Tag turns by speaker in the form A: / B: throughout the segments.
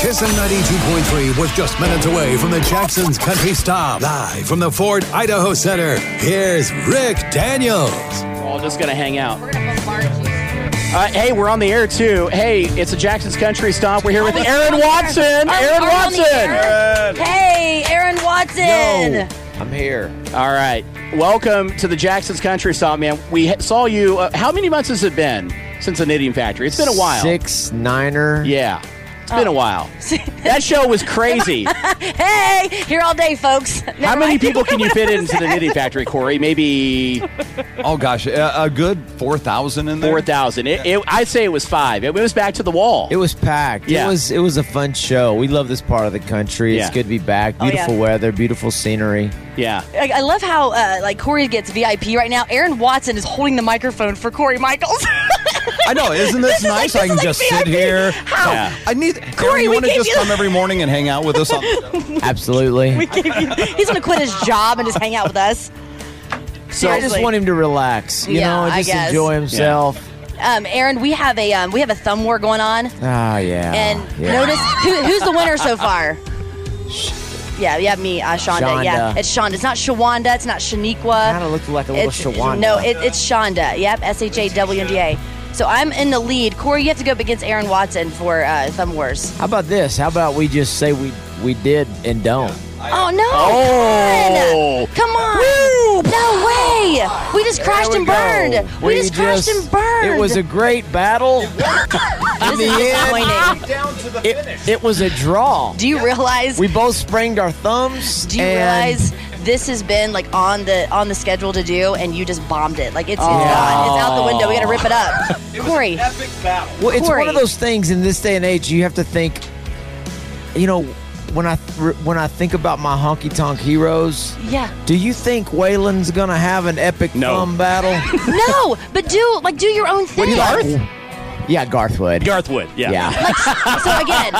A: Jackson 92.3 was just minutes away from the Jackson's Country Stop. Live from the Ford Idaho Center, here's Rick Daniels.
B: We're all just gonna hang out.
C: We're gonna bombard you.
B: Uh, hey, we're on the air too. Hey, it's a Jackson's Country Stop. We're here with
C: Oh,
B: Aaron
C: we're on the
B: Watson.
C: air. Are-
B: Aaron
C: are we on the
B: Watson.
C: air? Hey, Aaron Watson.
D: I'm here.
B: All right, welcome to the Jackson's Country Stop, man. We ha- saw you. Uh, how many months has it been since the Knitting Factory? It's been a while.
D: Six niner.
B: Yeah, it's been a while. that show was crazy.
C: Hey, here all day, folks.
B: how many people can you fit into the Knitting Factory, Corey? Maybe
E: Oh gosh, a, a good four thousand in there.
B: four thousand. It, it, I'd say it was five. It was back to the wall.
D: It was packed.
B: Yeah.
D: It was it was a fun show. We love this part of the country.
B: Yeah.
D: It's good to be back.
C: Oh, yeah.
D: Beautiful weather, beautiful scenery.
B: yeah.
C: I, I love how uh, like Corey gets VIP right now. Aaron Watson is holding the microphone for Corey Michaels.
E: I know, isn't this,
C: is like-
E: nice?
C: this
E: I can
C: is like
E: just sit
C: VIP.
E: here.
C: How?
B: Yeah.
E: I need
C: Corey,
E: Aaron, you
C: we
E: want to
C: gave
E: just
C: you-
E: come every morning and hang out with us. On
D: Absolutely.
C: He's gonna quit his job and just hang out with us.
D: So I just
C: Seriously.
D: want him to relax. You
C: Yeah,
D: know, and
C: I
D: just
C: guess.
D: enjoy himself.
C: Um, Aaron, we have a um, we have a thumb war going on,
D: Ah, yeah.
C: and
B: Oh,
D: yeah.
C: notice who, who's the winner so far. Yeah, yeah, me, uh, Shonda. Yeah,
D: Shonda.
C: it's Shonda. It's not Shawanda. It's not Shaniqua.
D: Kind of looked like a little
C: It's-
D: Shawanda.
C: No, it, it's Shonda. Yep, S H A W N D A. So I'm in the lead. Corey, you have to go up against Aaron Watson for uh, Thumb Wars.
D: How about this? How about we just say we we did and don't?
C: Oh no!
B: Oh.
C: Come on! No way! We just crashed
D: There
C: and
D: we go.
C: burned. We, just crashed and burned.
D: It was a great battle.
C: this is disappointing.
D: It, it was a draw.
C: Do you realize?
D: We both sprained our thumbs.
C: do you
D: and
C: realize this has been like on the on the schedule to do, and you just bombed it? Like it's, it's gone. It's out the window. We got to rip it up. Corey,
D: Well, it's
C: Corey.
D: one of those things in this day and age. You have to think. You know, when I th- when I think about my honky tonk heroes,
C: yeah.
D: do you think Waylon's gonna have an epic
B: No.
D: thumb battle?
C: No, but do like do your own thing.
D: yeah, Garth would.
B: Garth Wood. Yeah.
D: yeah,
C: Like, so again,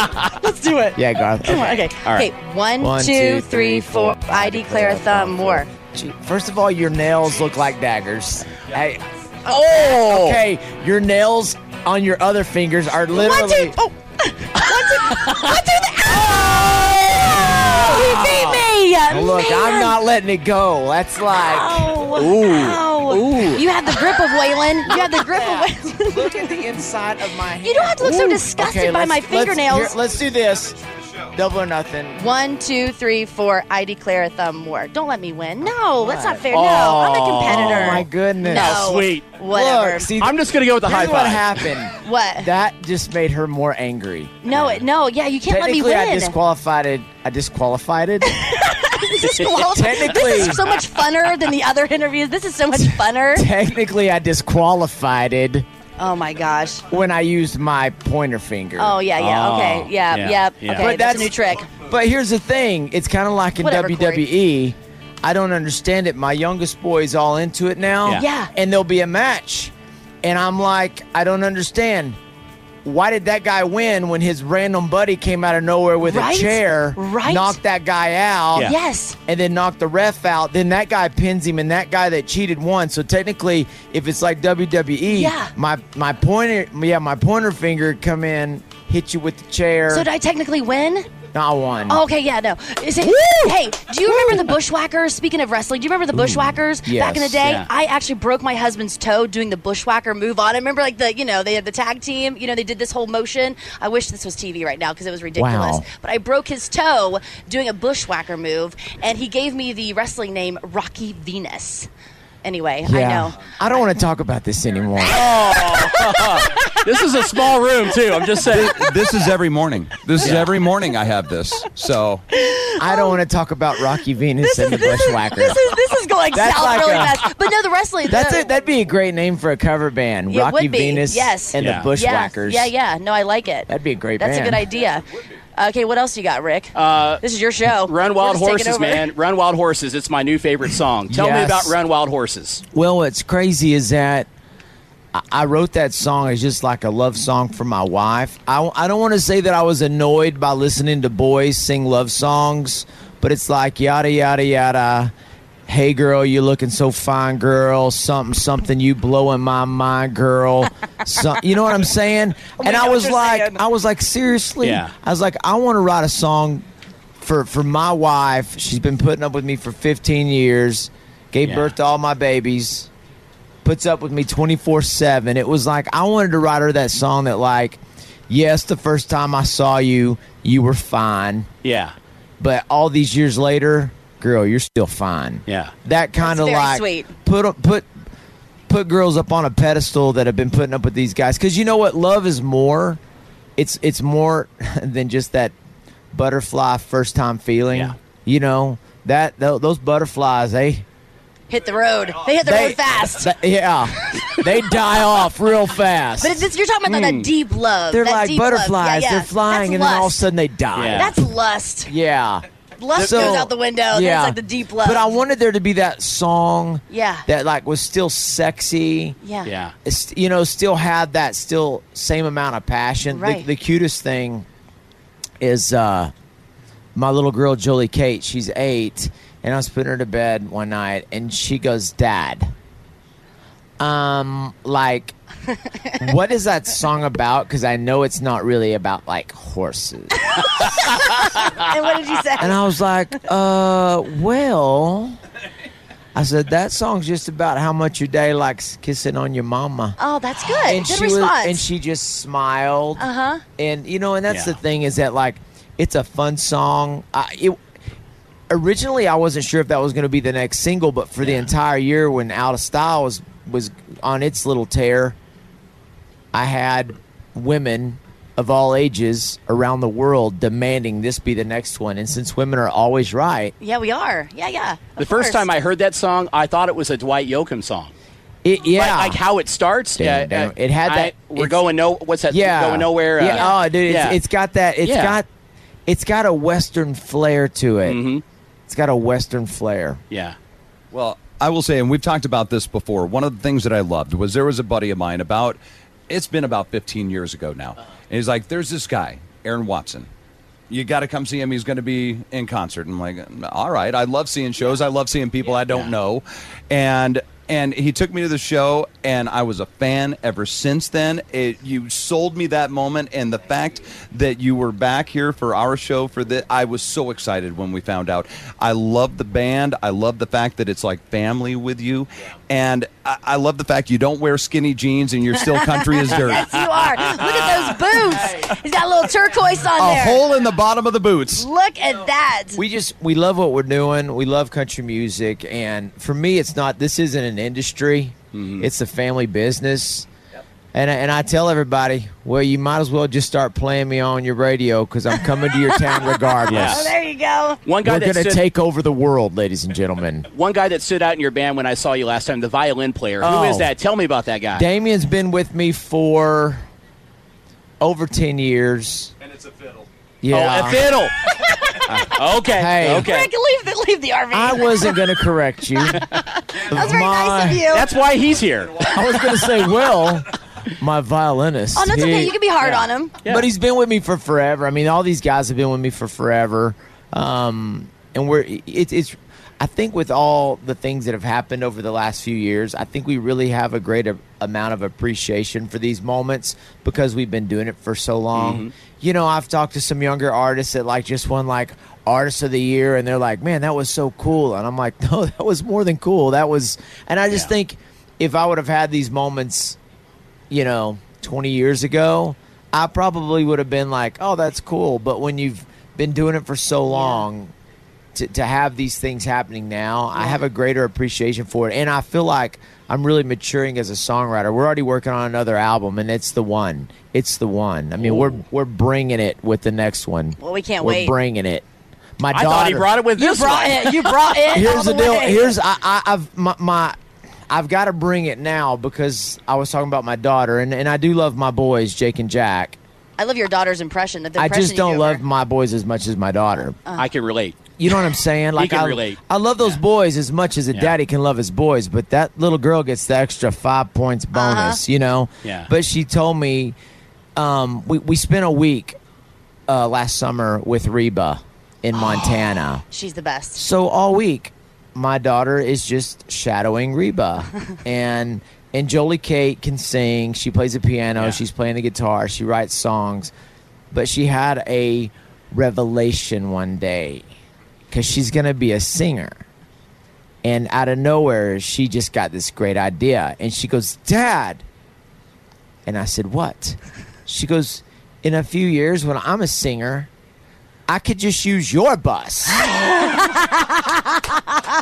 C: let's do it.
D: yeah, Garth.
C: Come on, okay.
B: All right.
C: Okay, one,
D: One,
C: two,
D: two,
C: three,
D: three,
C: four.
D: four.
C: I declare a thumb war.
D: Gee, First of all, your nails look like daggers. Hey,
B: Oh.
D: okay, your nails on your other fingers are
C: One,
D: literally.
C: two, oh. One, two, one, two, three. Oh! He beat me!
D: Look,
C: Man.
D: I'm not letting it go. That's like.
C: Oh,
B: Ooh.
C: wow.
B: Ooh.
C: You have the grip of Waylon. You have the grip of Waylon.
D: Look at the inside of my hand.
C: You don't have to look so disgusted
D: Okay,
C: by
D: let's-
C: my
D: let's- here,
C: fingernails.
D: let's do this. Double or nothing.
C: One, two, three, four. I declare a thumb war. Don't let me win. No, that's not fair. No, I'm a
B: Oh.
C: competitor.
D: Oh my goodness.
C: No.
B: Sweet.
C: Whatever.
D: Look, see,
B: I'm just gonna go with the
D: here's
B: high
D: what
B: five.
D: happened.
C: what?
D: That just made her more angry.
C: no, it- no. Yeah, you can't let me
D: Technically,
C: win.
D: I disqualified it. I disqualified it.
C: Well,
D: Technically.
C: this is so much funner than the other interviews. This is so much funner.
D: Technically, I disqualified it
C: Oh my gosh.
D: when I used my pointer finger.
C: Oh yeah, yeah.
B: Oh,
C: okay, yeah,
B: yeah,
C: yeah.
B: yeah.
C: Okay,
B: But
C: that's, a new trick.
D: But here's the thing: it's kind of like in
C: Whatever, Corey.
D: WWE. I don't understand it. My youngest boy is all into it now.
B: Yeah.
C: Yeah.
D: And there'll be a match, and I'm like, I don't understand. Why did that guy win when his random buddy came out of nowhere with
C: Right?
D: a chair,
C: Right.
D: knocked that guy out,
B: Yeah.
C: Yes.
D: and then knocked the ref out? Then that guy pins him, and that guy that cheated won. So technically, if it's like WWE,
C: Yeah.
D: my my pointer, yeah, my pointer finger come in, hit you with the chair.
C: So did I technically win?
D: No, I won.
C: Oh, okay, yeah, no. Is it, hey, do you remember the Bushwhackers? Speaking of wrestling, do you remember the Bushwhackers
D: Mm, Yes,
C: back in the day?
B: yeah.
C: I actually broke my husband's toe doing the Bushwhacker move on. I remember, like the you know they had the tag team. You know they did this whole motion. I wish this was TV right now because it was ridiculous.
D: Wow.
C: But I broke his toe doing a Bushwhacker move, and he gave me the wrestling name Rocky Venus. Anyway, I know.
D: I don't want to talk about this anymore.
B: This is a small room too. I'm just saying.
E: this is every morning. This is every morning I have this. So
D: I don't want to talk about Rocky Venus and the Bushwhacker.
C: This is this is going
D: That's
C: south
D: like
C: really
D: a-
C: fast. But no, the wrestling.
D: That's
C: the,
D: it. That'd be a great name for a cover band.
C: It
D: Rocky
C: would be,
D: Venus
C: yes.
D: and
B: Yeah.
D: the
C: Yes,
D: Bushwhackers.
C: Yeah, yeah. No, I like it.
D: That'd be a great
C: That's a
D: band.
C: good idea. Okay, what else you got, Rick?
B: Uh,
C: this is your show.
B: Run
C: We're
B: Wild
C: just taking
B: Horses,
C: over.
B: man. Run Wild Horses. It's my new favorite song. Tell me
D: Yes.
B: about Run Wild Horses.
D: Well, what's crazy is that I- I wrote that song as just like a love song for my wife. I, I don't want to say that I was annoyed by listening to boys sing love songs, but it's like yada, yada, yada. Hey girl, you looking so fine, girl. Something, something, you blowing my mind, girl. Some, you know what I'm saying? and
F: know
D: I
F: what
D: was
F: you're
D: like,
F: saying.
D: I was like, seriously.
B: Yeah.
D: I was like, I want to write a song for for my wife. She's been putting up with me for 15 years. Gave
B: Yeah.
D: birth to all my babies. Puts up with me 24 seven. It was like I wanted to write her that song that like, yes, the first time I saw you, you were fine
B: Yeah.
D: but all these years later, girl, you're still fine.
B: Yeah.
D: That kind of
C: very
D: like
C: sweet.
D: put put put girls up on a pedestal that have been putting up with these guys cuz you know what love is more it's it's more than just that butterfly first time feeling.
B: Yeah.
D: You know, that tho- those butterflies, they
C: Hit the road. They hit the
D: They-
C: road fast.
D: th- yeah, they die off real fast.
C: but it's, it's- you're talking about
B: Hmm.
C: that deep love.
D: they're
C: that
D: like
C: deep love. Yeah,
D: butterflies.
C: yeah.
D: They're flying
C: That's
D: and then all of a
C: lust.
D: sudden they die.
B: Yeah.
C: That's lust.
D: yeah.
C: Lust
D: So-
C: goes out the window. Then
D: yeah.
C: it's Oh, like the deep love.
D: But I wanted there to be that song,
C: Yeah.
D: that like was still sexy,
C: Yeah.
B: Yeah.
D: It's- you know, still had that still same amount of passion. The-
C: Right.
D: The, cutest thing is uh, my little girl Jolie Kate. She's eight, and I was putting her to bed one night, and she goes, "Dad." Um, like, what is that song about? Because I know it's not really about like horses.
C: And what did you say?
D: And I was like, uh, well, I said, that song's just about how much your day likes kissing on your mama.
C: oh, that's good.
D: And
C: good
D: she
C: response. Uh-huh.
D: was, and she just smiled. Uh huh. And you know, and that's
B: Yeah.
D: the thing is that like, it's a fun song. I, it, originally, I wasn't sure if that was going to be the next single, but for the entire year when Out of Style was was on its little tear, I had women of all ages around the world demanding this be the next one. And since women are always right,
C: yeah, we are. Yeah, yeah.
B: The first time I heard that song, I thought it was a Dwight Yoakam song.
D: it, yeah,
B: Like, like how it starts.
D: Dun,
B: yeah,
D: dun.
B: uh,
D: It had that-
B: we're
D: it's-
B: going no. What's that?
D: yeah,
B: Going nowhere. uh,
D: yeah, oh, dude, it's, it's got that. It's
B: Yeah.
D: got it's got a western flair to it.
B: Mm-hmm.
D: It's got a western flair.
B: yeah.
E: Well, I will say, and we've talked about this before. One of the things that I loved was there was a buddy of mine about. It's been about 15 years ago now, and he's like, "There's this guy, Aaron Watson. You got to come see him. He's going to be in concert." And I'm like, "All right, I love seeing shows. I love seeing people I don't know," and and he took me to the show, and I was a fan ever since then. It, you sold me that moment, and the fact that you were back here for our show for this, I was so excited when we found out. I love the band. I love the fact that it's like family with you, and I, I love the fact you don't wear skinny jeans and you're still country as dirt.
C: Yes, you are. Look at those boots. He's got a little turquoise on
E: A
C: there.
E: hole in the bottom of the boots.
C: Look at that.
D: we just we love what we're doing. We love country music, and for me, it's not. This isn't an industry.
B: Mm-hmm.
D: It's a family business. And I, and I tell everybody, well, you might as well just start playing me on your radio because I'm coming to your town
C: oh,
D: regardless.
C: there you go.
B: One guy
D: We're
B: that
D: going to
B: stood,
D: take over the world, ladies and gentlemen.
B: one guy that stood out in your band when I saw you last time, the violin player.
D: Oh.
B: Who is that? Tell me about that guy.
D: Damien's been with me for over ten years. And it's a fiddle. Yeah.
B: Oh, a fiddle. Uh, okay.
D: Hey.
B: Okay.
C: Rick, leave the, leave the RV.
D: I wasn't going to correct you.
C: that was very nice of you.
B: That's why he's here.
D: I was going to say, well, my violinist.
C: oh, that's okay.
D: he-
C: You can be hard on him.
D: But he's been with me for forever. I mean, all these guys have been with me for forever. Um, and we're it, it's. I think with all the things that have happened over the last few years, I think we really have a great a- amount of appreciation for these moments because we've been doing it for so long. You know, I've talked to some younger artists that like just won like artist of the year, and they're like, "Man, that was so cool," and I'm like, "No, that was more than cool. That was." And I just
B: Yeah.
D: think if I would have had these moments you know, 20 years ago, I probably would have been like, oh, that's cool. But when you've been doing it for so long, to, to have these things happening now, I have a greater appreciation for it. And I feel like I'm really maturing as a songwriter. We're already working on another album, and it's the one. It's the one. I mean, we're we're bringing it with the next one.
C: Well, we can't
D: we're
C: wait.
D: bringing it. My
B: I
D: daughter,
B: thought he brought it with
C: You
B: this
C: brought
B: one.
C: it. You brought it. all
D: here's the deal.
C: way.
D: Here's I, I I've my, my I've got to bring it now because I was talking about my daughter and and I do love my boys Jake and Jack.
C: I love your daughter's impression. Of the
D: I
C: impression
D: just
C: you
D: don't
C: give
D: love
C: her.
D: my boys as much as my daughter.
B: I can relate.
D: You know what I'm saying? Like
B: can
D: I
B: relate.
D: I love those boys as much as a
B: Yeah.
D: daddy can love his boys, but that little girl gets the extra five points
C: Uh-huh.
D: bonus. You know.
B: Yeah.
D: But she told me, um, we we spent a week uh, last summer with Reba in Montana.
C: She's the best.
D: So all week, my daughter is just shadowing Reba, and and Jolie Kate can sing. She plays the piano.
B: Yeah.
D: She's playing the guitar. She writes songs, but she had a revelation one day because she's gonna be a singer. And out of nowhere, she just got this great idea, and she goes, "Dad," and I said, "What?" She goes, "In a few years, when I'm a singer." I could just use your bus.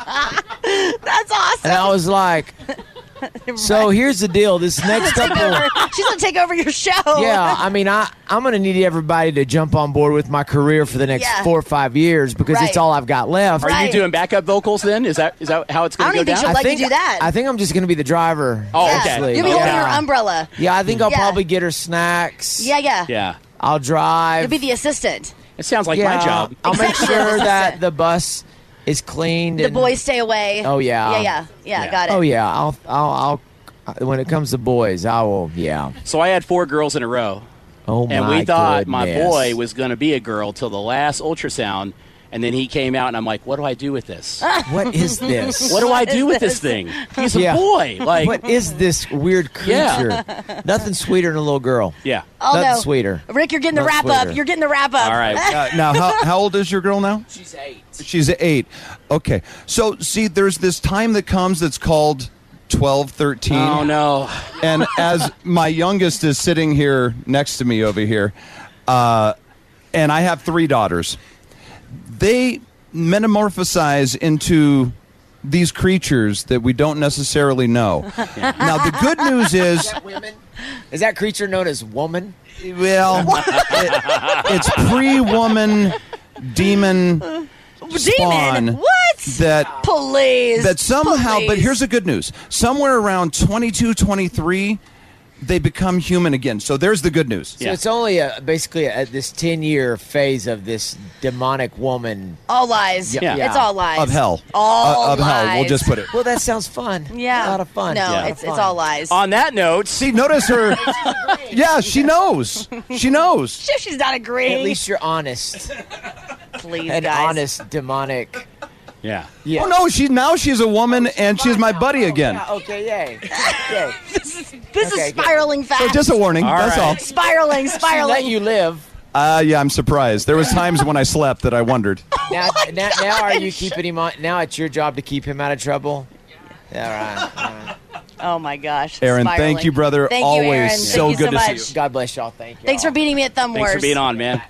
C: That's awesome.
D: And I was like, so here's the deal. This next couple.
C: She's gonna take over your show.
D: Yeah, I mean, I, I'm going to need everybody to jump on board with my career for the next
C: Yeah.
D: four or five years because
C: Right.
D: it's all I've got left.
B: Are you
C: Right.
B: doing backup vocals then? Is that is that how it's
C: I
B: going
C: don't
B: to go
C: even think
B: down?
C: she'll let you do that.
D: I think I'm just going to be the driver.
B: Oh,
C: Yeah.
B: okay.
D: honestly.
C: You'll be holding
D: yeah.
C: your umbrella.
D: Yeah, I think I'll
C: Yeah.
D: probably get her snacks.
C: Yeah, yeah.
B: yeah,
D: I'll drive.
C: You'll be the assistant.
B: it sounds like
D: yeah,
B: my job.
D: I'll make
C: Exactly.
D: sure that the bus is cleaned.
C: The
D: and-
C: boys stay away.
D: Oh, yeah.
C: Yeah, yeah. Yeah,
B: Yeah.
C: got it.
D: Oh yeah, I'll, I'll, I'll. When it comes to boys, I will. Yeah.
B: So I had four girls in a row,
D: Oh my
B: and we thought my
D: goodness.
B: boy was going to be a girl till the last ultrasound, and then he came out, and I'm like, what do I do with this?
D: What is this?
B: what do I do
C: is
B: with this
C: this?
B: thing? He's a
D: Yeah.
B: boy. Like,
D: what is this weird creature?
B: Yeah.
D: Nothing sweeter than a little girl.
B: yeah.
C: Oh,
D: Nothing
C: no.
D: sweeter.
C: Rick, you're getting the
D: Much
C: wrap
D: sweeter.
C: up. You're getting the wrap up.
B: All right.
E: Uh, now, how, how old is your girl now?
D: She's eight.
E: She's eight. Okay. So, see, there's this time that comes that's called 12, 13.
B: Oh no.
E: And as my youngest is sitting here next to me over here, uh, and I have three daughters, they metamorphosize into these creatures that we don't necessarily know. Now, the good news is.
D: Women. Is that creature known as woman?
E: Well, it, it's pre-woman demon spawn
C: Demon. What?
E: that
C: Please.
E: that somehow. But
C: Please.
E: here's the good news: somewhere around 22, 23, they become human again. So there's the good news.
D: So
B: Yeah.
D: it's only a, basically a, this ten-year phase of this demonic woman.
C: all lies.
B: Yeah.
C: It's all lies.
E: Of hell,
C: All
E: Uh, of hell. We'll
C: lies.
E: just put it.
D: Well, that sounds fun.
C: Yeah.
D: a lot of fun.
C: No,
D: A lot of
C: it's it's
D: fun.
C: all lies.
B: On that note, see,
E: See, notice her. yeah, she knows. She knows.
C: Sure, she's not agreeing.
D: At least you're honest.
C: please,
D: An
C: guys.
D: honest demonic.
B: yeah.
D: Yeah.
E: Oh no, she now she's a woman and she's my buddy again.
D: Oh, Yeah, okay. Yay. Yay.
C: This
D: Okay,
C: is
D: good.
C: spiraling fast.
E: So Oh, just a warning.
B: All
E: that's
B: right.
C: spiraling,
D: She let
C: spiraling.
D: you live.
E: all. Uh, yeah, I'm surprised. There was times when I slept that I wondered.
C: Oh,
D: Now, now, now are you keeping him on? Now it's your job to keep him out of trouble. Yeah. All right.
C: oh my gosh.
E: Aaron,
C: spiraling.
E: thank you, brother.
C: Thank you,
E: Always
C: Aaron.
E: so
C: Thank you
E: good
C: so
E: to see
C: much.
E: you.
D: God bless y'all. Thank you.
C: Thanks for beating me at Thumb
B: Thanks
C: Wars.
B: for being on, man.